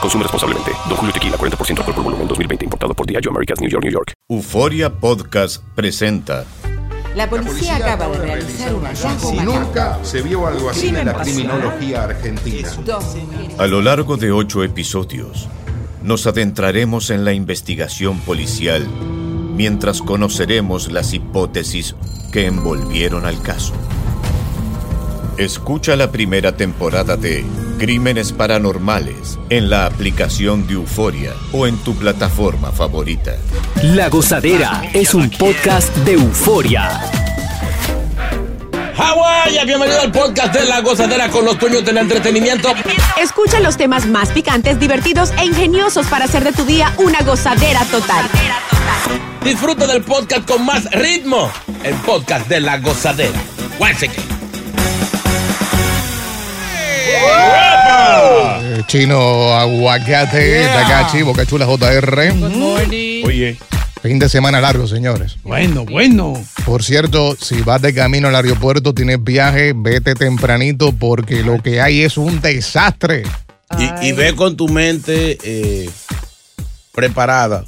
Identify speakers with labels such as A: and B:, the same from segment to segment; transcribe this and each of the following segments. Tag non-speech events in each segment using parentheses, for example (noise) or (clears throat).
A: Consume responsablemente. Don Julio Tequila, 40% alcohol por volumen, 2020. Importado por Diageo Americas, New York, New York.
B: Euforia Podcast presenta.
C: La policía, acaba de realizar un hallazgo
D: Si
C: macabro.
D: nunca se vio algo así
C: Crimen
D: en la
C: pasional.
D: criminología argentina.
C: Dos mujeres.
B: A lo largo de ocho episodios, nos adentraremos en la investigación policial mientras conoceremos las hipótesis que envolvieron al caso. Escucha la primera temporada de Crímenes Paranormales en la aplicación de Euforia o en tu plataforma favorita.
E: La Gozadera es un podcast de euforia.
F: Hawái, bienvenido al podcast de La Gozadera con los dueños del entretenimiento.
G: Escucha los temas más picantes, divertidos e ingeniosos para hacer de tu día una gozadera total.
F: Disfruta del podcast con más ritmo. El podcast de La Gozadera. Guáchate.
H: Eh, Chino, aguacate, Takachi, Boca Chula JR.
B: Oye,
H: Fin de semana largo, señores.
I: Bueno, bueno.
H: Por cierto, si vas de camino al aeropuerto, tienes viaje, vete tempranito porque lo que hay es un desastre.
J: Y, y ve con tu mente eh, preparada.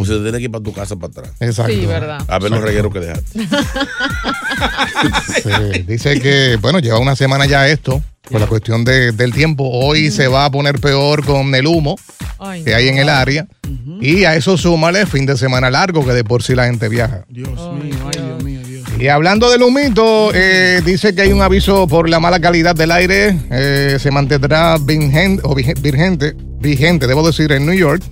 J: O sea, tienes que ir para tu casa para atrás.
H: Exacto.
J: A ver los regueros que dejaste.
H: Sí, Dice que, bueno, lleva una semana ya esto, por la cuestión de- del tiempo. Hoy se va a poner peor con el humo que hay en el área. Y a eso súmale fin de semana largo, que de por sí la gente viaja.
I: Dios mío, ay, Dios mío, Dios.
H: Y hablando del humito, eh, dice que hay un aviso por la mala calidad del aire. eh, se mantendrá vigente, o vige- vigente, vigente, debo decir, en New York.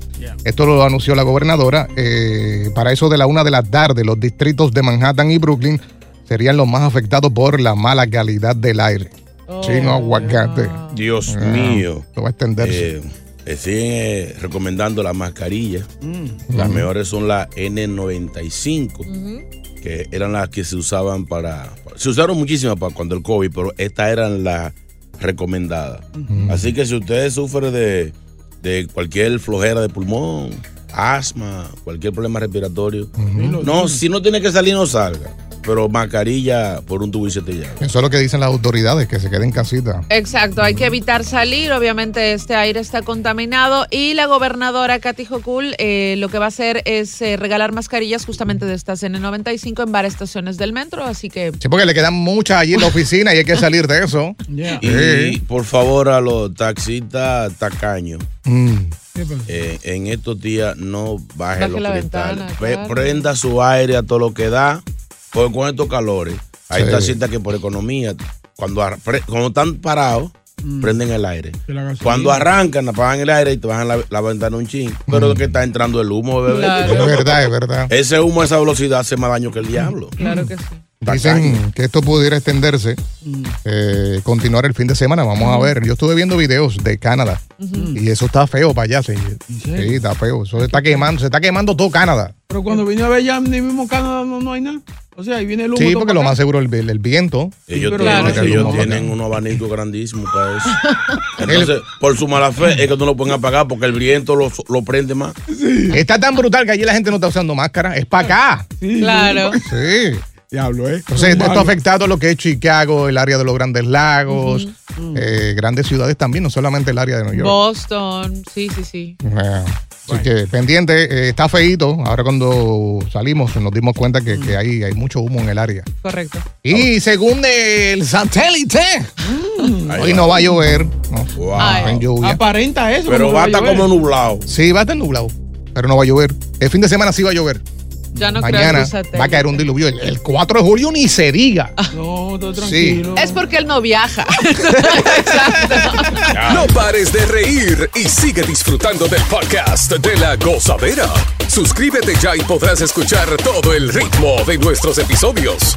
H: Esto lo anunció la gobernadora. eh, para eso de la una de la tarde, los distritos de Manhattan y Brooklyn serían los más afectados por la mala calidad del aire. Chino aguacate.
J: Oh. Dios
H: Ah,
J: mío.
H: Esto va a extenderse.
J: Eh, eh, siguen eh, recomendando las mascarillas. Las mejores son las N95, que eran las que se usaban para. Se usaron muchísimas para cuando el COVID, pero estas eran las recomendadas. Así que si usted sufre de, de cualquier flojera de pulmón, asma, cualquier problema respiratorio, no, si no tiene que salir, no salga. Pero mascarilla por un tubo y siete llaves.
H: Eso es lo que dicen las autoridades, que se queden en casita.
K: Exacto, hay que evitar salir, obviamente este aire está contaminado y la gobernadora Katy Hochul eh, lo que va a hacer es eh, regalar mascarillas justamente de estas N95 en varias estaciones del metro, así que
H: Sí, porque le quedan muchas allí en la oficina y hay que salir de eso.
I: Ya.
J: Y por favor a los taxistas tacaños,
H: Mm.
J: eh, en estos días no baje,
K: Baje
J: los
K: la
J: cristales.
K: ventana,
J: Pre-
K: claro.
J: Prenda su aire a todo lo que da, porque con estos calores hay
H: Sí.
J: taxistas que por economía, cuando, ar- pre- cuando están parados, prenden el aire.
I: Que la gasolina.
J: Cuando arrancan, apagan el aire y te bajan la, la ventana un chin. Pero es que está entrando el humo, bebé.
H: Es verdad, es verdad.
J: Ese humo a esa velocidad hace más daño que el diablo.
K: claro que sí.
H: Dicen que esto pudiera extenderse,
I: Mm.
H: eh, continuar el fin de semana. Vamos a ver. Yo estuve viendo videos de Canadá y eso está feo para allá. Sí,
I: serio?
H: sí está feo. Eso se está quemando, se está quemando todo Canadá.
I: Pero cuando vino a ver ya ni mismo Canadá no, no hay nada. O sea, ahí viene el humo.
H: Sí,
I: todo
H: porque
I: para
H: lo
I: acá.
H: más seguro el, el viento.
J: Ellos,
I: pero
J: tienen,
I: claro.
J: ellos
H: Claro.
J: tienen un abanico grandísimo
K: (laughs)
J: para eso. Entonces, por su mala fe, es que no lo pueden apagar porque el viento lo, lo prende más.
H: Está tan brutal que allí la gente no está usando máscara. Es para acá.
I: Sí,
K: Claro.
H: Sí.
I: Diablo, ¿eh?
H: Entonces,
I: Malo.
H: esto ha afectado lo que es Chicago, el área de los grandes lagos, eh, grandes ciudades también, no solamente el área de Nueva York.
K: Boston, sí, sí, sí.
H: Ah, Así que pendiente, eh, está feito. Ahora cuando salimos nos dimos cuenta que, que hay, hay mucho humo en el área.
K: Correcto.
H: Y según el satélite,
J: Ahí
H: hoy
J: va.
H: no va a llover. No,
J: Wow.
K: Ay. ah.
H: en lluvia.
I: Aparenta eso.
J: Pero
I: como que
J: va a estar
I: llover.
J: como nublado.
H: Sí, va a estar nublado, pero no va a llover. El fin de semana sí va a llover.
K: Ya no creo en
H: mañana
K: tus satélites.
H: va a caer un diluvio. El, el 4 de julio ni se diga.
K: Ah.
I: No, estoy
H: tranquilo.
K: Es porque él no viaja.
L: No pares de reír y sigue disfrutando del podcast de la gozadera. Suscríbete ya y podrás escuchar todo el ritmo de nuestros episodios.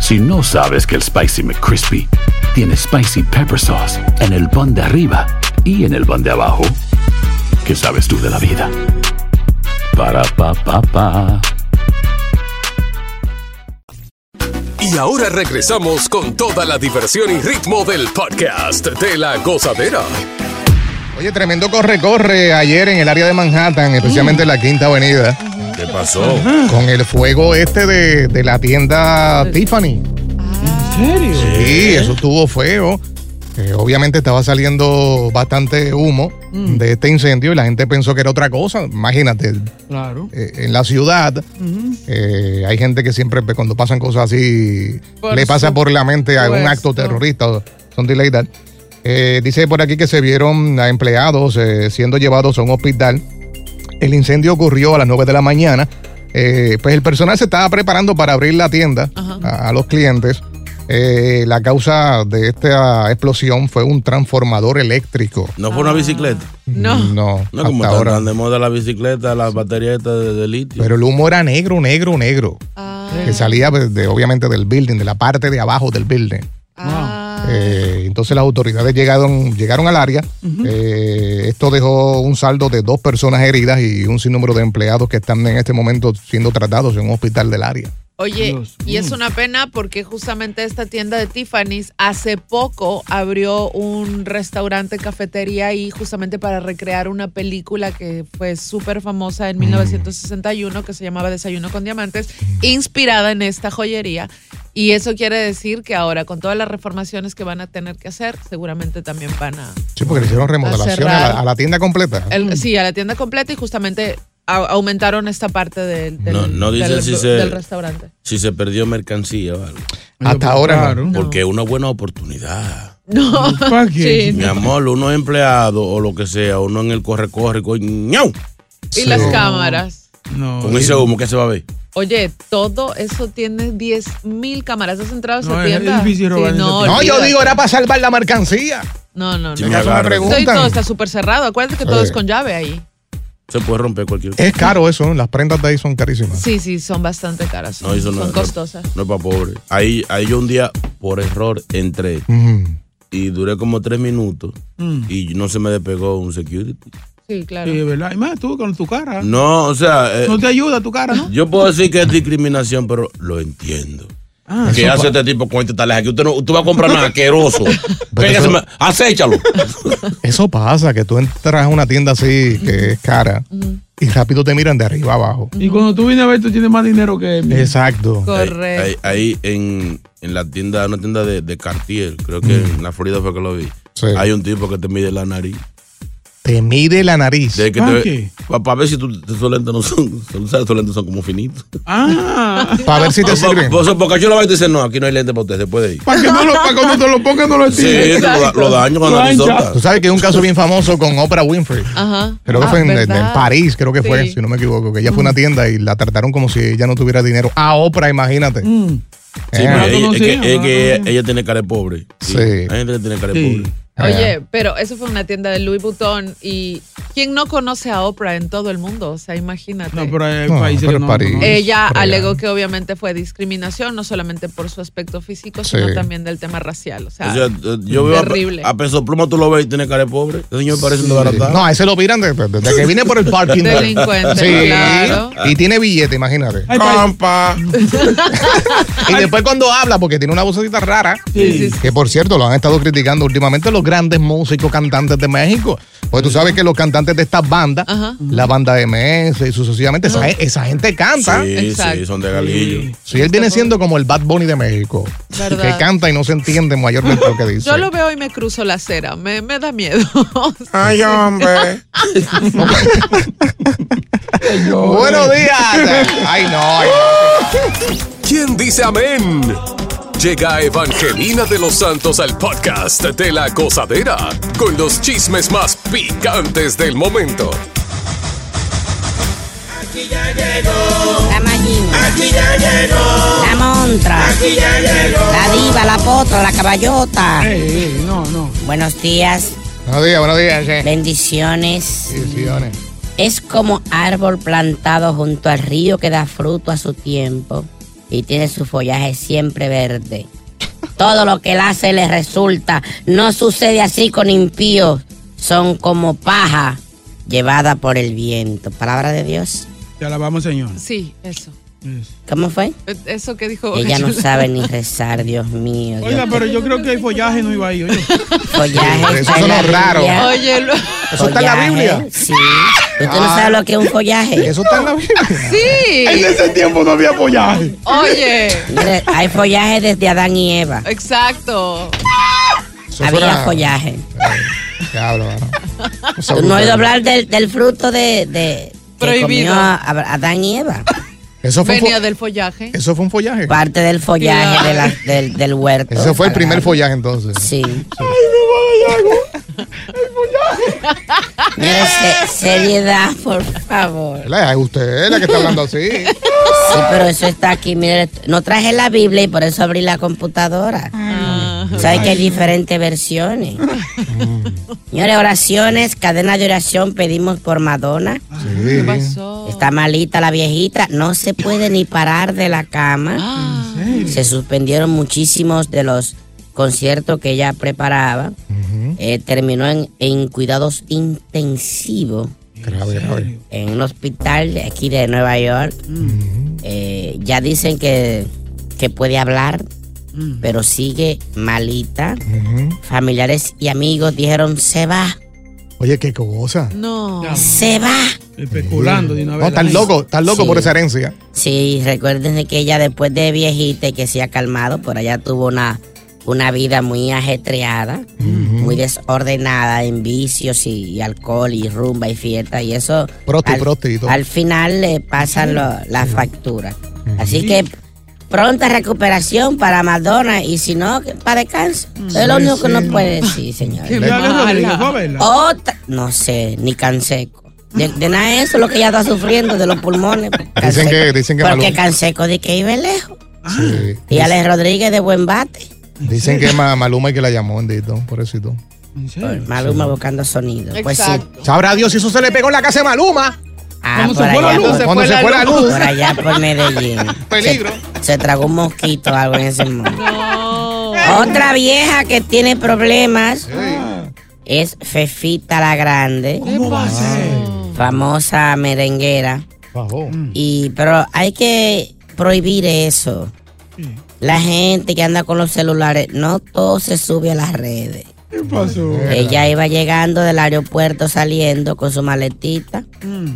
M: Si no sabes que el Spicy McCrispy tiene Spicy Pepper Sauce en el pan de arriba y en el pan de abajo, ¿qué sabes tú de la vida? Para, pa, pa, pa.
L: Y ahora regresamos con toda la diversión y ritmo del podcast de la gozadera.
H: Oye, tremendo corre-corre ayer en el área de Manhattan, especialmente en la Quinta Avenida.
J: ¿Qué pasó?
H: Con el fuego este de, de la tienda Tiffany.
I: ¿En serio?
H: Sí, eso estuvo feo. Eh, obviamente estaba saliendo bastante humo
I: Mm.
H: de este incendio y la gente pensó que era otra cosa. Imagínate,
I: Claro.
H: eh, en la ciudad
I: Ujú.
H: eh, hay gente que siempre pues, cuando pasan cosas así
I: Por
H: le pasa por la mente algún
I: supuesto.
H: acto terrorista o something like that. Eh, dice por aquí que se vieron a empleados eh, siendo llevados a un hospital. El incendio ocurrió a las 9 de la mañana. Eh, pues el personal se estaba preparando para abrir la tienda a, a los clientes. Eh, la causa de esta explosión fue un transformador eléctrico.
J: ¿No fue una bicicleta?
K: No.
H: No,
J: No, como
H: hasta
J: están
H: ahora.
J: tan de moda la bicicleta, las baterías estas de, de litio.
H: Pero el humo era negro, negro, negro.
K: Ah.
H: Que salía pues, de- obviamente del building, de la parte de abajo del building.
K: Ah.
H: Eh, entonces las autoridades llegaron, llegaron al área. Eh, esto dejó un saldo de dos personas heridas y un sinnúmero de empleados que están en este momento siendo tratados en un hospital del área.
K: Oye,
H: Dios
K: y es
H: mío.
K: una pena porque justamente esta tienda de Tiffany's hace poco abrió un restaurante, cafetería ahí justamente para recrear una película que fue súper famosa en
H: Mm.
K: 1961 que se llamaba Desayuno con Diamantes, inspirada en esta joyería. Y eso quiere decir que ahora con todas las reformaciones que van a tener que hacer, seguramente también van a...
H: Sí, porque le hicieron remodelación a,
K: cerrar.
H: la, a la tienda completa.
K: el- sí, a la tienda completa y justamente au- aumentaron esta parte del, del-
J: No, no
K: del
J: dicen si
K: re-
J: se-
K: del restaurante.
J: Si se perdió mercancía o algo.
H: Hasta ahora no.
J: Porque es una buena oportunidad.
K: No. Sí,
J: Mi
K: no.
J: amor, uno empleado o lo que sea, uno en el corre-corre, co- ñau,
K: Y las cámaras.
J: con ese humo que se va a ver.
K: Oye, todo eso tiene 10 mil cámaras. ¿Has entrado a esa
J: No, es-
K: tienda?
J: es difícil robar en esa
K: no,
J: tienda.
H: No, yo
K: olvídate.
H: digo, era para salvar la mercancía.
K: No, no, no.
J: Si me agarran.
K: Estoy-
H: preguntan.
K: todo está súper cerrado. Acuérdate que todo
H: Sí.
K: es con llave ahí.
J: Se puede romper cualquier
H: Es caro eso, ¿no? las prendas de ahí son carísimas.
K: Sí, sí, son bastante caras.
J: No, eso no
K: son
J: es-
K: costosas.
J: No es para pobre. Ahí, ahí yo un día, por error, entré y duré como tres minutos
I: Mm.
J: y no se me despegó un security.
K: Sí, claro.
I: Sí, ¿verdad? Y más tú con tu cara.
J: No, o sea, eh,
I: No te ayuda tu cara, ¿no?
J: yo puedo decir que es discriminación, pero lo entiendo.
I: Ah,
J: ¿Qué hace este tipo con este talaje? Que usted no, tú vas a comprar nada
I: (laughs)
J: asqueroso. Pégaseme, acéchalo.
H: Eso pasa, que tú entras a una tienda así que es cara y rápido te miran de arriba abajo.
I: Y cuando tú vienes a ver, tú tienes más dinero que él.
H: Exacto.
I: Correcto.
J: Ahí, ahí en, en la tienda, una tienda de, de Cartier, creo que
I: Mm.
J: en la Florida fue que lo vi. Hay un tipo que te mide la nariz.
H: Te mide la nariz.
J: De
I: Ah,
J: que te, para, ver si tú, tus lentes no son, son, ¿sabes? tus lentes son como finitos.
I: Ah.
H: Para ver si te sirven.
J: Por, porque yo lo voy a decir, no, aquí no hay lentes para usted, se puede ir.
I: Para que no lo, para cuando te lo pongas, no lo
J: Sí,
I: estires.
J: eso lo da- lo daño cuando
I: Lo
J: lo
I: ancha.
J: solta.
H: Tú sabes que hay un caso bien famoso con Oprah Winfrey.
K: Ajá.
H: Creo que
K: Ah,
H: fue en, en-
K: ¿verdad?
H: en París, creo que fue,
K: Sí. Mm.
H: si no me equivoco, que ella fue a una tienda y la trataron como si ella no tuviera dinero. A Oprah, imagínate.
J: Sí,
H: Ah.
J: pero ella, Eh. es que, es que ella tiene cara de pobre. Sí. Hay gente que tiene cara de pobre.
K: Oye, pero eso fue una tienda de Louis Vuitton y ¿quién no conoce a Oprah en todo el mundo? O sea, imagínate.
I: No, pero hay
H: No,
I: países
H: pero
I: que no,
H: París.
I: no-
K: Ella
H: Pero-
K: alegó que obviamente fue discriminación, no solamente por su aspecto físico,
J: Sí.
K: sino también del tema racial. O sea,
J: O sea, eh, yo veo
K: terrible.
J: a, a Peso Pluma, tú lo ves y tiene cara de pobre. Ese señor parece un desbaratado.
H: No, a ese lo miran de- de- desde, que viene por el parking. lot.
J: Delincuente,
H: Sí.
J: claro.
H: Y tiene billete, imagínate. (laughs)
J: Compa.
H: Y después cuando habla, porque tiene una vocecita rara, que por cierto lo han estado criticando últimamente los grandes músicos, cantantes de México. Pues tú sabes que los cantantes de estas bandas, la banda MS y sucesivamente, esa,
J: Ajá.
H: esa gente canta.
J: Sí, sí, son de (laughs) galillo.
H: Sí, él viene siendo como el Bad Bunny de México.
K: Este ¿Verdad?
H: Que canta y no se entiende mayormente lo que dice.
K: Yo lo veo y me cruzo la acera, me, me da miedo.
H: Ay, hombre.
L: Buenos
K: (laughs)
H: días. Ay, no.
L: ¿Quién dice amén? Llega Evangelina de los Santos al podcast de la gozadera con los chismes más picantes del momento.
N: La máquina. Aquí ya llegó. La montra. Aquí ya llegó. La diva, la potra, la caballota. no, no. Eh. Buenos días.
H: Buenos días, buenos días.
N: Bendiciones.
H: Bendiciones.
N: Es como árbol plantado junto al río que da fruto a su tiempo y tiene su follaje siempre verde. Todo lo que él hace le resulta. No sucede así con impíos. Son como paja llevada por el viento. Palabra de Dios.
I: Te alabamos, Señor.
K: Sí, eso.
N: ¿Cómo fue?
K: Eh, Eso que dijo.
N: Ella no sabe ni rezar, Dios mío. Dios
I: Oiga, pero yo creo que el follaje no iba ahí, oye.
N: Follaje. está en la Biblia.
K: Oye, lo-
I: Eso está en la
N: Follaje,
I: Biblia.
N: Sí. ¿Usted no sabe lo que es un follaje?
H: Eso está en la Biblia.
K: Sí.
H: tiempo no había follaje.
K: Oye.
N: Mire, hay follaje desde Adán y Eva.
K: Exacto.
N: Había
H: fuera-
N: follaje.
H: Diablo, mano. Cosa
N: no he
H: brutal.
N: oído hablar del, del fruto de, de que
K: Prohibido.
N: comió a- a Adán y Eva.
H: Eso fue un
K: Venía
H: fo-
K: del follaje.
H: Eso fue un follaje.
N: Parte del follaje de la- del, del huerto.
H: Ese fue el primer follaje entonces.
N: Sí. Mire, se- seriedad, por favor.
H: Es usted la que está hablando así.
K: (laughs)
N: Sí, pero eso está aquí. Mire, no traje la Biblia y por eso abrí la computadora. ¿Sabes que hay diferentes versiones?
H: Ah.
N: Señores, oraciones, cadena de oración, pedimos por Madonna.
H: ¿Qué
K: pasó?
N: Está malita la viejita, no se puede ni parar de la cama. Se suspendieron muchísimos de los conciertos que ella preparaba. Eh, terminó en, en cuidados intensivos
H: Grave, grave.
N: en un hospital de aquí de Nueva York. Eh, ya dicen que, que puede hablar, pero sigue malita. Familiares y amigos dijeron, se va,
H: Oye, qué cosa.
K: No.
N: se va.
I: Especulando de una vez.
H: No, tan loco, tan loco
N: Sí.
H: por esa herencia.
N: Sí, recuérdense que ella después de viejita y que se ha calmado, por allá tuvo una, una vida muy ajetreada, muy desordenada en vicios y, y alcohol y rumba y fiesta y eso.
H: Prosti,
N: al,
H: prosti y todo.
N: al final le pasan lo- las facturas. Así que pronta recuperación para Madonna y si no, que- para descanso. es lo
I: Sí,
N: único que
I: sí.
N: no puede decir, señor.
I: Qué Dale, mala. Rodrigo, fue a verla.
N: Otra, no sé, ni canseco. De, de nada eso lo que ella está sufriendo de los pulmones. pues,
H: Dicen que, dicen que
N: Porque
H: Maluma-
N: Canseco de que iba lejos.
I: Ah,
H: sí.
N: Y Alex Rodríguez de buen bate.
H: Dicen que Ma- Maluma y que la llamó, bendito, por eso
N: Pues, Maluma buscando sonido. Pues sí.
H: Sabrá Dios si eso se le pegó en la casa de Maluma.
N: Ah,
H: Cuando se
N: por
H: fue la
N: allá
H: luz,
N: por-
H: se Cuando fue se la fue la luz. luz.
N: Por allá por Medellín. Peligro. Se, se tragó un mosquito o algo en ese momento. Otra vieja que tiene problemas
I: Ah,
N: es Fefita la Grande. Famosa merenguera.
I: Mm.
N: Y pero hay que prohibir eso. La gente que anda con los celulares, no todo se sube a las redes.
I: ¿Qué pasó?
N: Ella iba llegando del aeropuerto saliendo con su maletita
I: Mm.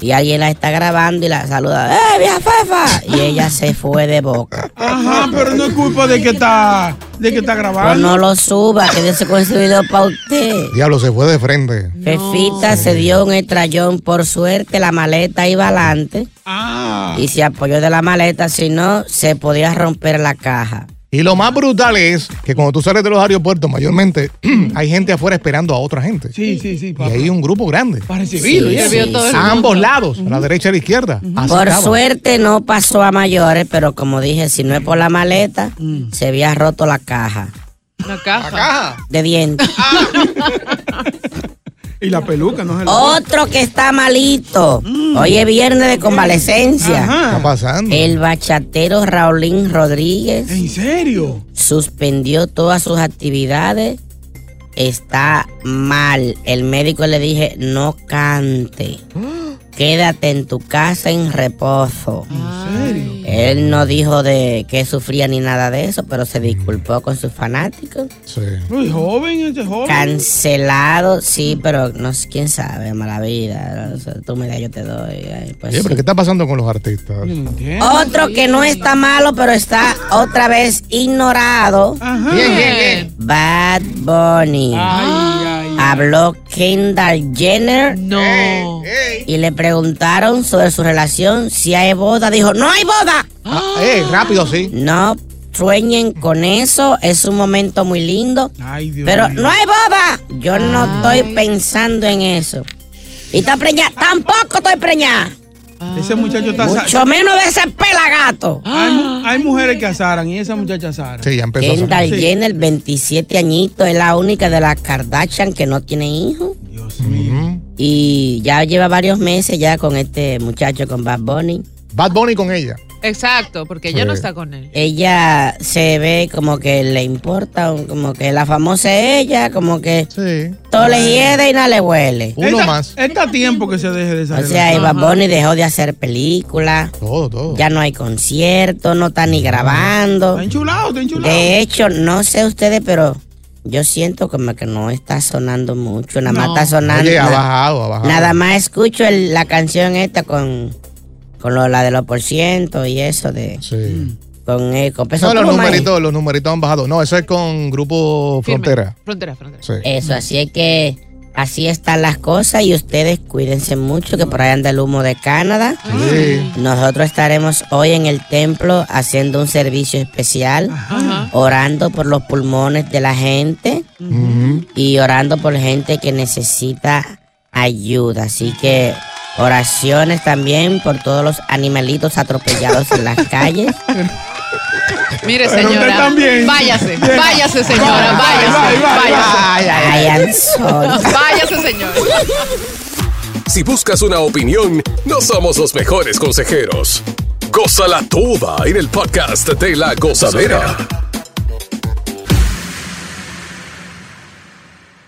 N: y alguien la está grabando y la saluda, ¡eh, vieja fefa! Y ella se fue
I: (laughs)
N: de boca.
I: Ajá, Ah, pero no es culpa de que está, de que está
N: Pues
I: grabando.
N: no lo suba, que Dios se con ese video para usted.
H: Diablo, se fue de frente.
N: Fefita se dio un estrellón, por suerte la maleta iba adelante
I: Ah.
N: y se apoyó de la maleta, si no, se podía romper la caja.
H: Y lo más brutal es que cuando tú sales de los aeropuertos, mayormente (clears throat) hay gente afuera esperando a otra gente.
I: Sí, sí, sí.
H: Y hay un grupo grande.
I: recibirlo, Sí, ya. sí,
H: a
I: sí.
H: ambos lados, a la derecha y a la izquierda. Así
N: Por
H: acaba.
N: suerte no pasó a mayores, pero como dije, si no es por la maleta,
I: Mm.
N: se había roto la caja
K: La caja.
I: (laughs)
N: de dientes.
I: Y la peluca, no se la-
N: Otro que está malito.
I: Mm.
N: Hoy es viernes de convalecencia.
H: Está pasando?
N: El bachatero Raulín Rodríguez. ¿En
I: serio?
N: Suspendió todas sus actividades. Está mal. El médico le dije, no cante. quédate en tu casa en reposo. ¿En serio? Él no dijo de que sufría ni nada de eso, pero se disculpó con sus fanáticos.
I: Muy joven este joven.
N: Cancelado, sí, pero no sé quién sabe, mala vida. O sea, tú me das, yo te doy. ay, pues
H: Oye, pero
N: sí.
H: ¿qué está pasando con los artistas?
N: Otro que no está malo, pero está otra vez ignorado.
I: Bien, bien, bien.
N: Bad Bunny. Habló Kendall Jenner.
K: No.
N: Y le preguntaron sobre su relación, si hay boda. Dijo, no hay boda.
H: eh, rápido, sí.
N: No sueñen con eso. Es un momento muy lindo. pero no hay boda. Yo no estoy pensando en eso. Y está preñada. Tampoco estoy preñada.
I: Ese muchacho está sa-
N: Mucho menos de ese pelagato.
I: Hay, mu- hay mujeres que azaran y esa muchacha azara.
H: Sí, ya
N: Kendall
I: Sí.
N: Jenner, 27 añitos, es la única de las Kardashian que no tiene hijos. Y ya lleva varios meses ya con este muchacho, con Bad Bunny.
H: Bad Bunny con ella.
K: Exacto, porque ella
N: Sí.
K: no está con él.
N: Ella se ve como que le importa, un- como que la famosa es ella, como que todo le hiede y nada le huele.
I: Está- Está a tiempo que se deje de esa
N: O sea, y
I: relación.
N: Bad Bunny dejó de hacer películas. Ya no hay conciertos, no está ni grabando. Está
I: enchulado, Ah. está enchulado.
N: De hecho, no sé ustedes, pero yo siento como que no está sonando mucho. Nada más
H: No.
N: está sonando.
H: Oye, ha
N: na-
H: bajado, ha bajado.
N: Nada más escucho el- la canción esta con, con lo- la de los por ciento y eso de. Con, eh, con peso
H: No, los
N: pluma y-
H: numeritos, los numeritos han bajado. No, eso es con Grupo Frontera.
K: Frontera, frontera.
H: Sí.
N: Eso, así es que así están las cosas y ustedes cuídense mucho que por ahí anda el humo de Canadá. Nosotros estaremos hoy en el templo haciendo un servicio especial, orando por los pulmones de la gente y orando por gente que necesita ayuda. Así que oraciones también por todos los animalitos atropellados en las calles.
K: (laughs) Mire,
N: Pero usted
K: señora.
N: también.
K: Váyase,
N: Bien.
K: váyase, señora.
N: Bye,
K: Váyase,
N: bye, bye,
K: váyase.
N: bye. Ay,
K: (laughs)
N: I'm sorry.
K: Váyase, señora.
L: Si buscas una opinión, no somos los mejores consejeros. Cosa la tuba en el podcast de la gozadera.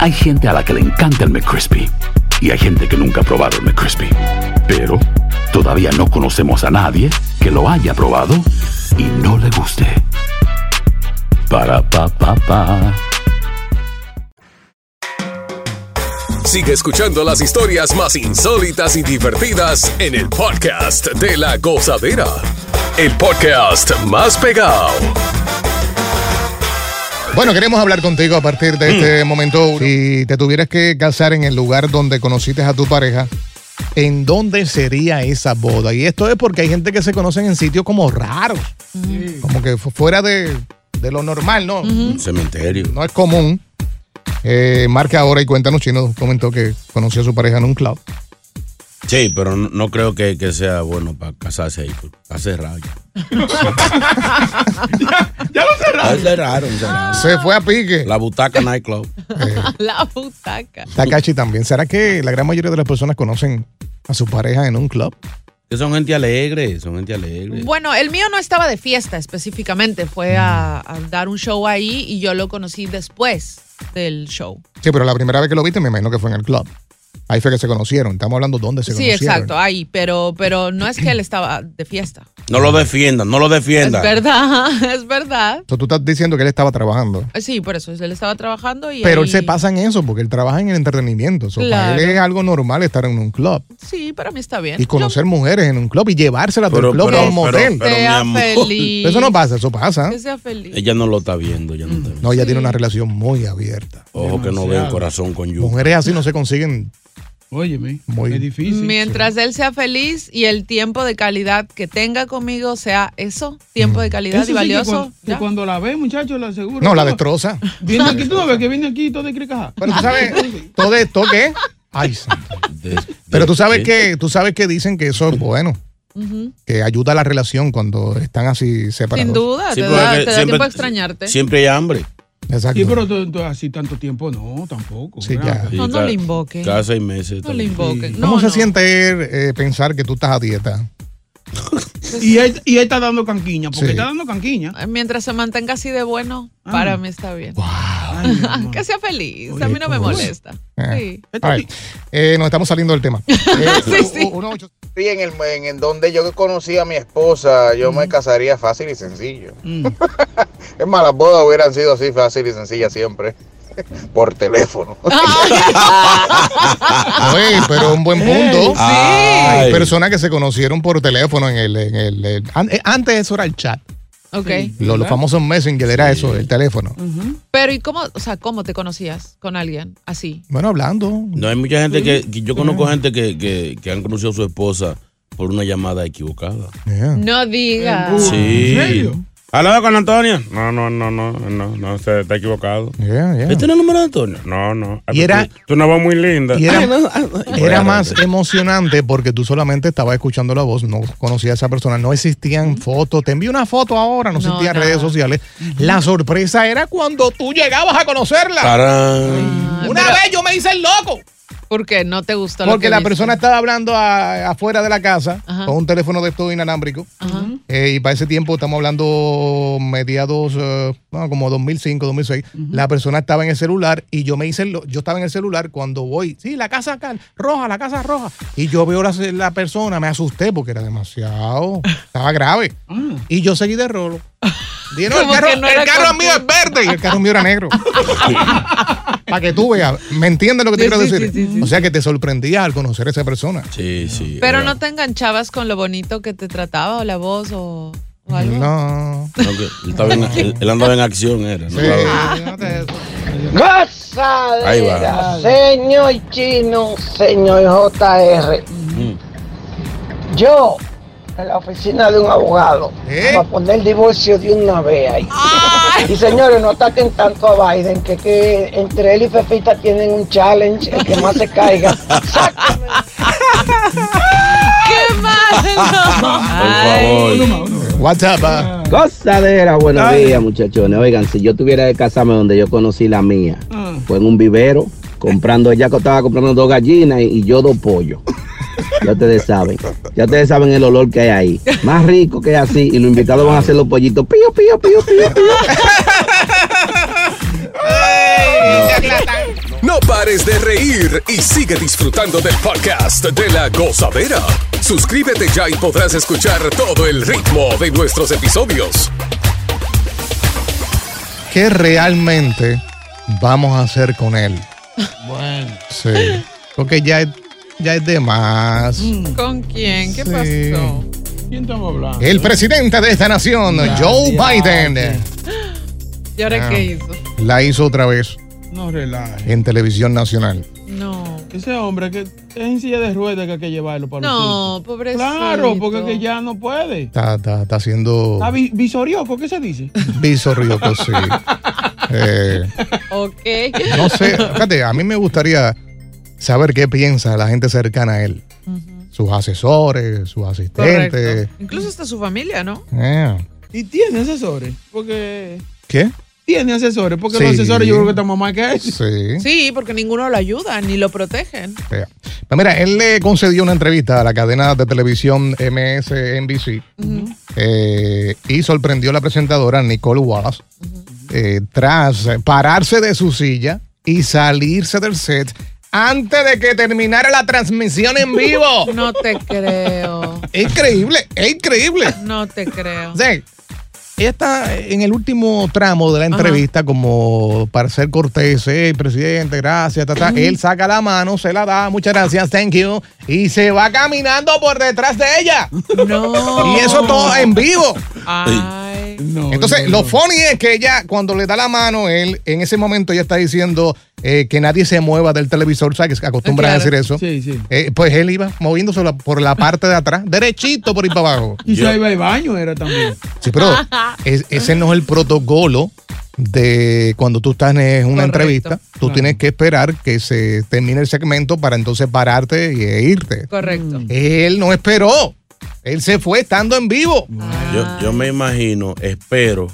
M: Hay gente a la que le encanta el McCrispy y hay gente que nunca ha probado el McCrispy. Pero todavía no conocemos a nadie que lo haya probado y no le guste. Para pa pa pa.
L: Sigue escuchando las historias más insólitas y divertidas en el podcast de la gozadera. El podcast más pegado.
H: Bueno, queremos hablar contigo a partir de
N: Mm.
H: este momento. Si te tuvieras que casar en el lugar donde conociste a tu pareja, ¿en dónde sería esa boda? Y esto es porque hay gente que se conocen en sitios como raros, como que fu- fuera de, de lo normal, ¿no?
J: Un cementerio.
H: No es común. Eh, marca ahora y cuéntanos, Chino comentó que conoció a su pareja en un club.
J: Sí, pero no, no creo que, que sea bueno para casarse ahí. porque Está cerrado ya.
I: (laughs) Ya lo
J: Está
I: cerraron.
J: cerrado, cerrado.
H: Se fue a pique.
J: La butaca nightclub.
K: La butaca.
H: Takashi también. ¿Será que la gran mayoría de las personas conocen a su pareja en un club?
J: (laughs) Que son gente alegre, son gente alegre.
K: Bueno, el mío no estaba de fiesta específicamente. Fue a, a dar un show ahí y yo lo conocí después del show.
H: Sí, pero la primera vez que lo viste me imagino que fue en el club. Ahí fue que se conocieron. Estamos hablando dónde se
K: Sí,
H: conocieron.
K: exacto, ahí. Pero, pero no es que él estaba de fiesta.
J: No lo defiendan, no lo
K: Es
J: defiendan.
K: verdad, (laughs) es verdad.
H: O sea, tú estás diciendo que él estaba trabajando.
K: Sí, por eso él estaba trabajando y.
H: Pero
K: ahí-
H: él se pasa en eso porque él trabaja en el entretenimiento. O sea,
K: Claro.
H: Para él es algo normal estar en un club
K: Sí, para mí está bien.
H: y conocer mujeres en un club y llevárselas del
J: Pero-
H: club
J: pero-
H: a un
J: pero-
H: motel.
J: pero, mi
K: Sea
J: amor.
K: feliz.
H: Eso no pasa, eso pasa.
K: Que sea feliz.
J: Ella no lo está viendo,
K: Mm.
J: ya no está
H: No, ella tiene una relación muy abierta.
J: Ojo que no ve el corazón con yuca.
H: Mujeres así no se consiguen.
I: Óyeme,
H: muy
I: difícil.
K: Mientras él sea feliz y el tiempo de calidad que tenga conmigo sea eso, tiempo
H: Mm.
K: de calidad
I: Eso
K: y
I: sí que
K: valioso.
I: cuan- que cuando, la ve, muchachos, la aseguro.
H: No, la destroza.
I: Viene aquí, tú no ves que viene aquí todo de cricaja.
K: (laughs)
H: Pero tú sabes, todo esto qué? Ay, santo. Pero tú sabes que, tú sabes que dicen que eso es bueno.
K: Ujú.
H: que ayuda a la relación cuando están así separados.
K: Sin duda,
J: Sí,
K: Ah, te,
J: pero
K: da,
J: es
K: te
J: que
K: da
J: siempre-
K: tiempo a extrañarte.
J: Siempre hay hambre.
H: Exacto.
I: Sí, pero tú- tú así tanto tiempo no, tampoco. ¿verdad?
J: Sí,
K: No, no
J: cada-
K: le invoquen.
J: Cada seis meses.
K: No le invoquen.
H: ¿Cómo
K: No,
H: se
K: no.
H: siente eh, pensar que tú estás a dieta?
I: Y él, y él está dando canquiña, porque
H: Sí.
I: está dando canquiña.
K: Mientras se mantenga así de bueno,
H: Ah.
K: para mí está bien. (laughs)
H: (laughs)
K: que sea feliz, a mí no me molesta. Sí.
H: A ver, eh, nos estamos saliendo del
K: (laughs)
H: tema. Eh,
O: Sí, en, el, en, en donde yo conocí a mi esposa, yo me casaría fácil y sencillo. es más, las bodas hubieran sido así fácil y sencilla siempre. (laughs) Por teléfono.
H: Oye, pero un buen punto.
O: Ey, sí.
H: Hay
O: Ay.
H: personas que se conocieron por teléfono en el... en el- el- an- eh, antes eso era el chat.
K: Ok.
H: Lo- Los, famosos messenger era eso, el teléfono.
K: Pero ¿y cómo, o sea, cómo te conocías con alguien así?
H: Bueno, hablando.
J: No hay mucha gente que, que- yo conozco gente que, que, que han conocido a su esposa por una llamada equivocada.
H: Mm.
K: No digas.
J: Sí. ¿Hablado con Antonio? No, no, no, no, no, no, se está equivocado. ¿Este no es el número de Antonio? No, no. Ah,
H: Y era-
J: Tú, tú una voz muy linda.
H: Y era,
J: Ay, Ah, no, ay,
H: era más emocionante porque tú solamente estabas escuchando la voz, no conocías a esa persona, no existían fotos. Te envío una foto ahora, no, existían redes sociales. La sorpresa era cuando tú llegabas a conocerla.
K: Una vez yo me hice el loco. ¿Por qué? No te gustó lo
H: Porque
K: que
H: la
K: viste.
H: persona estaba hablando a- afuera de la casa
K: Ajá.
H: con un teléfono de estos inalámbrico. Eh, y para ese tiempo estamos hablando mediados, eh, no, como 2005, 2006. La persona estaba en el celular y yo me hice, el lo- yo estaba en el celular cuando voy, sí, la casa acá, roja, la casa roja. Y yo veo la, la persona, me asusté porque era demasiado,
K: (laughs)
H: estaba grave.
K: Ah.
H: Y yo seguí de rolo.
K: (laughs)
H: Dije, no, el
D: Como
H: carro,
D: que no
H: el
D: era
H: carro mío
D: contigo.
H: es verde y el carro mío era negro. Para que tú veas, ¿me entiendes lo que te
K: Sí,
H: quiero
K: sí,
H: decir?
K: sí, sí, sí.
H: O sea que te sorprendía al conocer a esa persona.
J: Sí, sí.
K: Pero no te enganchabas con lo bonito que te trataba o la voz o, o algo.
H: No.
J: que él, estaba
K: (laughs)
J: en- él- él andaba en acción, era. ¿no?
P: Gozadera,
J: Ahí va.
P: señor chino, señor JR. Yo, en la oficina de un abogado,
H: ¿Eh?
P: para poner el divorcio de una vez ahí. Y señores, no ataquen tanto a Biden, que, que entre él y Fefita tienen un challenge, el que más se
H: (laughs)
P: caiga.
K: ¡Qué malo!
H: What's up, ah?
Q: Gozadera, buenos
H: Ay.
Q: días muchachones. Oigan, si yo tuviera que casarme donde yo conocí la mía,
H: Mm.
Q: fue en un vivero, comprando, ella estaba comprando dos gallinas y, y yo dos pollos. Ya ustedes saben, ya ustedes saben el olor que hay ahí. Más rico que así, y los invitados van a hacer los pollitos. Pío, pío, pío, pío,
L: No pares de reír y sigue disfrutando del podcast de la gozadera. Suscríbete ya y podrás escuchar todo el ritmo de nuestros episodios.
H: ¿Qué realmente vamos a hacer con él?
I: Bueno.
H: Sí. Porque ya es, ya es de más.
P: Mm.
K: ¿Con quién? ¿Qué pasó?
I: ¿Quién estamos hablando?
H: El presidente de esta nación, Joe Eh, Biden,
K: ¿Y ahora
H: Ah.
K: qué hizo?
H: la hizo otra vez
I: No relaja.
H: en televisión nacional.
K: No.
I: Ese hombre que es en silla de ruedas que hay que llevarlo para los
K: No,
I: sitios.
K: pobrecito.
I: Claro, porque que ya no puede.
H: Está, está, está haciendo
I: Está vi- visorioco, ¿qué se dice?
H: (laughs) visorrioco,
P: (laughs)
H: sí. Eh,
K: Ok.
H: no sé, fíjate, a mí me gustaría saber qué piensa la gente cercana a él. Sus asesores, sus
K: Correcto.
H: asistentes.
K: Incluso hasta su familia, ¿no?
H: Eh,
I: Y tiene asesores, porque
H: ¿Qué?
I: tiene asesores, porque
H: Sí.
I: los asesores yo creo que estamos más que él.
H: Sí.
K: Sí, porque ninguno lo ayuda ni lo protegen.
H: Fea. Pues mira, él le concedió una entrevista a la cadena de televisión MSNBC eh, y sorprendió a la presentadora Nicole Wallace eh, tras pararse de su silla y salirse del set antes de que terminara la transmisión en
N: (laughs)
H: vivo.
K: No te creo.
H: Es increíble, es increíble.
K: No te creo.
H: O sea, ella está en el último tramo de la
K: Ajá.
H: entrevista como para ser cortés, "Hey, presidente, gracias, ta, ta". Él saca la mano, se la da, muchas gracias, thank you, y se va caminando por detrás de ella.
K: No.
H: Y eso todo en vivo.
K: Ay.
H: Entonces, lo funny es que ella, cuando le da la mano, él, en ese momento ella está diciendo eh, que nadie se mueva del televisor, ¿sabes? Que acostumbran a
I: Claro.
H: decir eso. Eh, pues él iba moviéndose la- por la parte de atrás, derechito por ir para abajo.
I: Quizá iba al baño, era también.
H: Sí, pero es- ese no es el protocolo de cuando tú estás en una entrevista, tú tienes que esperar que se termine el segmento para entonces pararte e irte.
K: Correcto.
H: Mm. Él no esperó. Él se fue estando en vivo.
J: Yo, yo me imagino, espero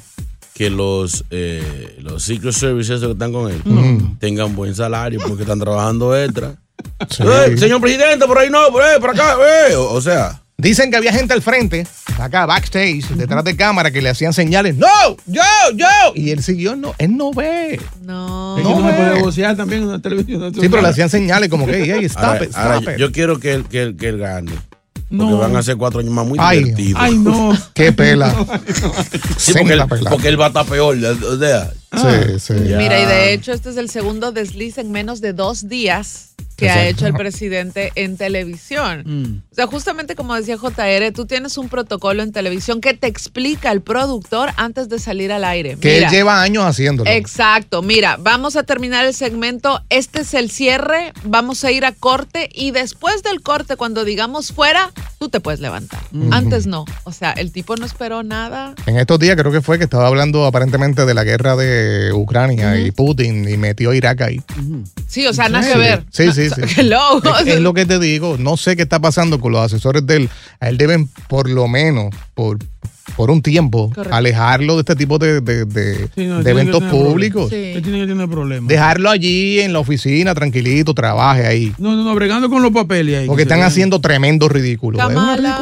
J: que los, eh, los Secret Services esos que están con él Mm. tengan buen salario porque están trabajando extra. Eh, señor presidente, por ahí no, por, ahí, por acá, eh. o, o sea.
H: Dicen que había gente al frente, acá backstage, detrás de cámara, que le hacían señales, no, yo, yo. Y él siguió, no, él no ve.
K: No.
I: Es que no se puede
H: ve.
I: vocear también en la televisión. no se
H: Sí, pero le
I: puede.
H: hacían señales como que, hey, stop
J: Ahora-
H: it,
J: ahora
H: stop
J: yo,
H: it".
J: yo quiero que él, que él- que él gane. Porque
H: No.
J: van a ser cuatro años más muy
H: Ay,
J: divertidos.
H: ay, no. Qué
J: (laughs)
H: pela.
J: Sí, porque, él,
H: Senta pela.
J: porque él va a estar peor. O sea,
H: Sí, sí.
J: ya.
K: Mira, y de hecho, este es el segundo desliz en menos de dos días que ha
J: Exacto.
K: hecho el presidente en televisión.
H: Mm.
K: O sea, justamente como decía JR, tú tienes un protocolo en televisión que te explica el productor antes de salir al aire.
H: Que
K: Mira,
H: él lleva años haciéndolo.
K: Exacto, mira, vamos a terminar el segmento, este es el cierre, vamos a ir a corte y después del corte, cuando digamos fuera, tú te puedes levantar.
H: Ujú.
K: Antes no, o sea, el tipo no esperó nada.
H: En estos días creo que fue que estaba hablando aparentemente de la guerra de Ucrania y Putin y metió a Irak ahí.
K: Sí, o sea, nada que
H: Sí,
K: ver.
H: Sí, sí,
N: (laughs)
H: sí.
K: (laughs) Hello.
H: Es, es lo que te digo. No sé qué está pasando con los asesores de él. A él deben, por lo menos, por, por un tiempo,
I: Correcto.
H: alejarlo de este tipo de, de- de-
I: Sí, no, tiene
H: de
I: que
H: eventos
I: tener
H: públicos.
I: problemas. Él Este tiene que tener problemas.
H: Dejarlo allí en la oficina, tranquilito, trabaje ahí.
I: No, no, no, bregando con los papeles ahí.
H: Porque
I: que se
H: están
I: vean.
H: haciendo tremendo ridículo. Es una
K: Kamala.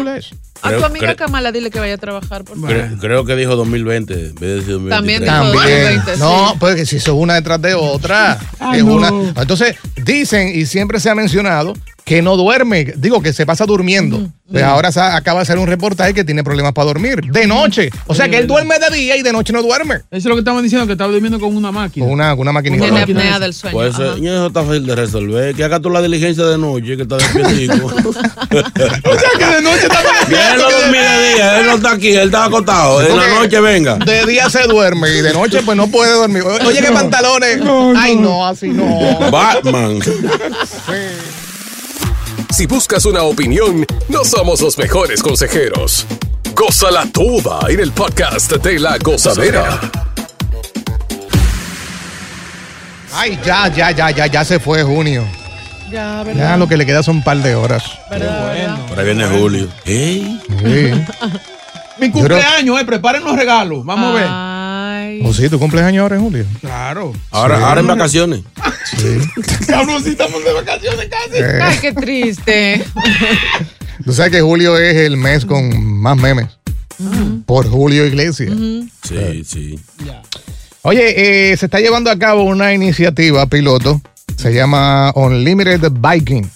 K: A tu
J: Creo-
K: amiga
J: creo-
K: Kamala dile que vaya a trabajar, por favor.
J: Creo, creo que dijo 2020 en vez de decir 2023.
K: También dijo
H: También.
K: 20,
H: No,
K: sí.
H: porque si son una detrás de otra.
K: Ay,
H: es
K: no.
H: una- Entonces, dicen, y siempre se ha mencionado, que no duerme, digo que se pasa durmiendo. Pues ahora sa- acaba de hacer un reportaje que tiene problemas para dormir, de noche. O sea que él duerme de día y de noche no duerme.
I: Eso es lo que estaban diciendo, que estaba durmiendo con una máquina.
H: Con una, con una maquinita. (laughs)
I: Tiene apnea del sueño,
J: Pues eso, y eso está fácil de resolver. Que haga tú la diligencia de noche, que está
K: (laughs)
J: despiertico. o sea,
H: que de noche está (laughs)
J: despierto. Él no dormía de día, él no está aquí, él está acostado. En la noche venga.
H: De día se duerme y de noche pues no puede dormir. O- Oye, qué pantalones. Ay, no, así no.
J: Batman.
L: Si buscas una opinión, no somos los mejores consejeros. Goza la tuba en el podcast de la gozadera.
H: Ay, ya, ya, ya, ya, ya se fue junio.
K: Ya,
H: Ya lo que le queda son un par de horas.
J: Por ahí viene Julio. Ey.
H: Sí.
I: Mi cumpleaños, eh, preparen los regalos. Vamos
N: Ah.
I: a
H: O sí, tu cumpleaños ahora en julio.
I: ver. Claro.
J: Ahora,
H: Sí.
J: ahora en vacaciones.
I: Cabrón, si estamos de vacaciones casi.
H: Eh.
K: Ay, qué
H: (laughs)
K: triste.
H: Tú sabes que julio es el mes con más memes. Por Julio Iglesias.
J: Sí, sí.
H: Oye, eh, se está llevando a cabo una iniciativa piloto. Se llama Unlimited Biking.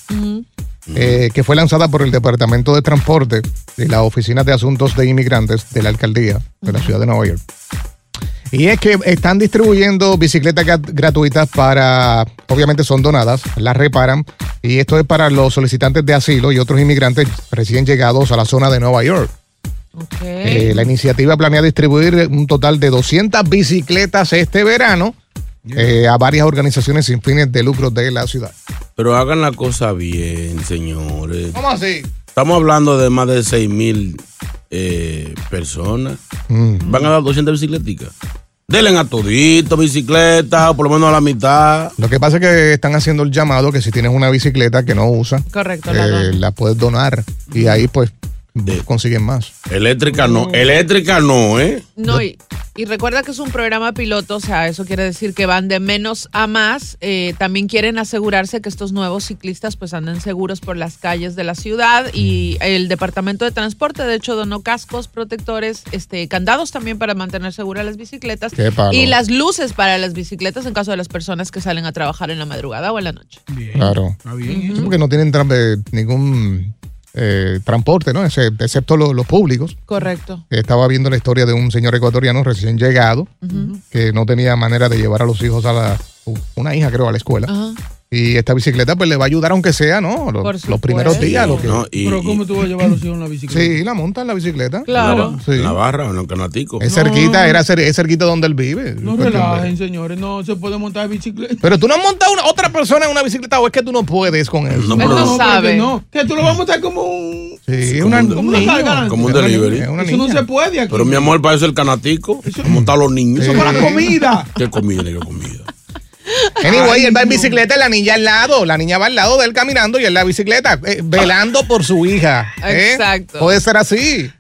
H: eh, que fue lanzada por el Departamento de Transporte y la Oficina de Asuntos de Inmigrantes de la Alcaldía de la Ciudad de Nueva York. Y es que están distribuyendo bicicletas gat- gratuitas para, obviamente son donadas, las reparan, y esto es para los solicitantes de asilo y otros inmigrantes recién llegados a la zona de Nueva York. Eh, la iniciativa planea distribuir un total de 200 bicicletas este verano eh, a varias organizaciones sin fines de lucro de la ciudad.
J: Pero hagan la cosa bien, señores.
H: ¿Cómo así?
J: Estamos hablando de más de 6 mil eh, personas.
H: Mm.
J: Van a dar 200 bicicletas. Denle a todito bicicletas, por lo menos a la mitad.
H: Lo que pasa es que están haciendo el llamado que si tienes una bicicleta que no usas,
K: Correcto,
J: la
H: eh,
J: donas.
H: la puedes donar y ahí pues consiguen más.
J: Eléctrica no,
H: Mm.
J: eléctrica no, ¿eh?
K: No, y, y recuerda que es un programa piloto, o sea, eso quiere decir que van de menos a más. Eh, también quieren asegurarse que estos nuevos ciclistas pues anden seguros por las calles de la ciudad y
H: Mm.
K: el Departamento de Transporte, de hecho, donó cascos, protectores, este, candados también para mantener seguras las bicicletas
H: Qué palo.
K: y las luces para las bicicletas en caso de las personas que salen a trabajar en la madrugada o en la noche.
H: Claro.
I: bien,
H: Sí, porque no tienen tra- eh, ningún eh, transporte, ¿no? Ese- excepto lo- los públicos.
K: Correcto.
H: Estaba viendo la historia de un señor ecuatoriano recién
N: Ah.
H: llegado que no tenía manera de llevar a los hijos a la... u- Una hija creo a la escuela. Y esta bicicleta pues le va a ayudar aunque sea, ¿no? Los, los primeros días. Lo que...
I: Pero ¿cómo tú vas a llevarlo si es una bicicleta?
H: Sí, la monta en la bicicleta.
I: Claro.
H: Sí.
J: En la barra o en el canastico.
H: Es cerquita, era cer- es cerquita donde él vive.
I: No
H: Cuestión de-
I: relajen, señores. No se puede montar bicicleta.
H: (laughs) Pero tú no has montado una, otra persona en una bicicleta o es que tú no puedes con eso.
I: Él no sabe. No, que tú lo vas a montar como un.
H: Sí,
J: como
H: una-
J: un,
I: como una garganta.
J: como un delivery.
I: Eso no se puede aquí.
J: Pero mi amor, para eso el canatico. Como están los niños.
I: Eso para la comida.
J: (laughs) ¿Qué comida ni qué comida?
H: Anyway, él va en bicicleta y la niña al lado. La niña va al lado de él caminando y él en la bicicleta, eh, velando por su hija. ¿eh?
K: Exacto.
H: Puede ser así.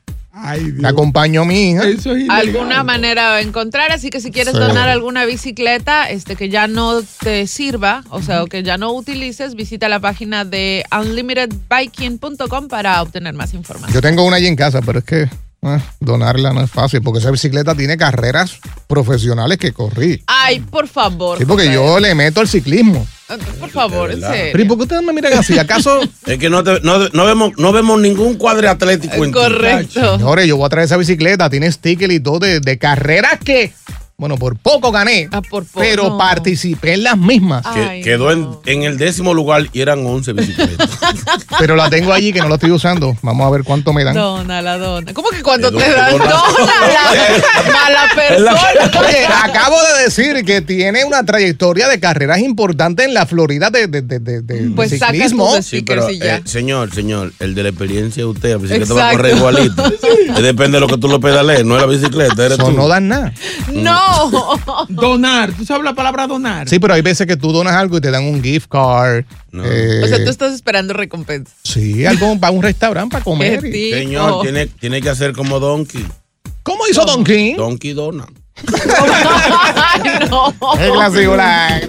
H: La acompañó mi hija.
K: alguna manera va a encontrar, así que si quieres
H: Sí.
K: donar alguna bicicleta este que ya no te sirva, o sea, o que ya no utilices, visita la página de unlimitedbiking.com para obtener más información.
H: Yo tengo una allí en casa, pero es que eh, donarla no es fácil porque esa bicicleta tiene carreras profesionales que corrí.
K: Ay, por favor.
H: Sí, porque
K: José.
H: yo le meto al ciclismo.
K: Por favor, en serio.
H: Pero ¿y por qué ustedes me miran así? ¿Acaso?
J: Es que no, te- no, no vemos, no vemos ningún cuadre atlético en ti.
H: Señores, yo voy a traer esa bicicleta. Tiene sticker y todo de, de carreras que, bueno, por poco gané.
K: Ah,
H: pero
J: no.
H: participé en las mismas.
J: Que- quedó en, en el décimo lugar y eran 11 bicicletas.
K: (laughs)
H: Pero la tengo allí que no la estoy usando. Vamos a ver cuánto me dan.
K: Dona la dona. ¿Cómo que cuando
H: Te
K: te
H: do-
K: dan
H: dona.
K: dona la mala persona?
H: Oye, acabo de decir que tiene una trayectoria de carreras importantes en la Florida de, de, de, de- de
K: Pues saca
H: ciclismo.
K: tus de stickers y ya.
J: eh, señor, señor, el de la experiencia de usted, la bicicleta va a
K: Exacto. (laughs)
J: correr igualito. Eh, Depende de lo que tú lo pedales, no es la bicicleta, eres tú.
H: no dan nada.
K: No.
I: Donar. ¿Tú sabes la palabra donar?
H: Sí, pero hay veces que tú donas algo y te dan un gift card. eh,
K: O sea, tú estás esperando recompensa.
H: Sí, algo para un restaurante para comer.
K: Qué
H: y-
K: tipo.
J: Señor, tiene, tiene que hacer como Donkey.
H: ¿Cómo hizo Donkey?
J: Donkey Dona.
K: (laughs) Ay, no.
H: Regla singular.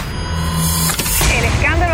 R: El escándalo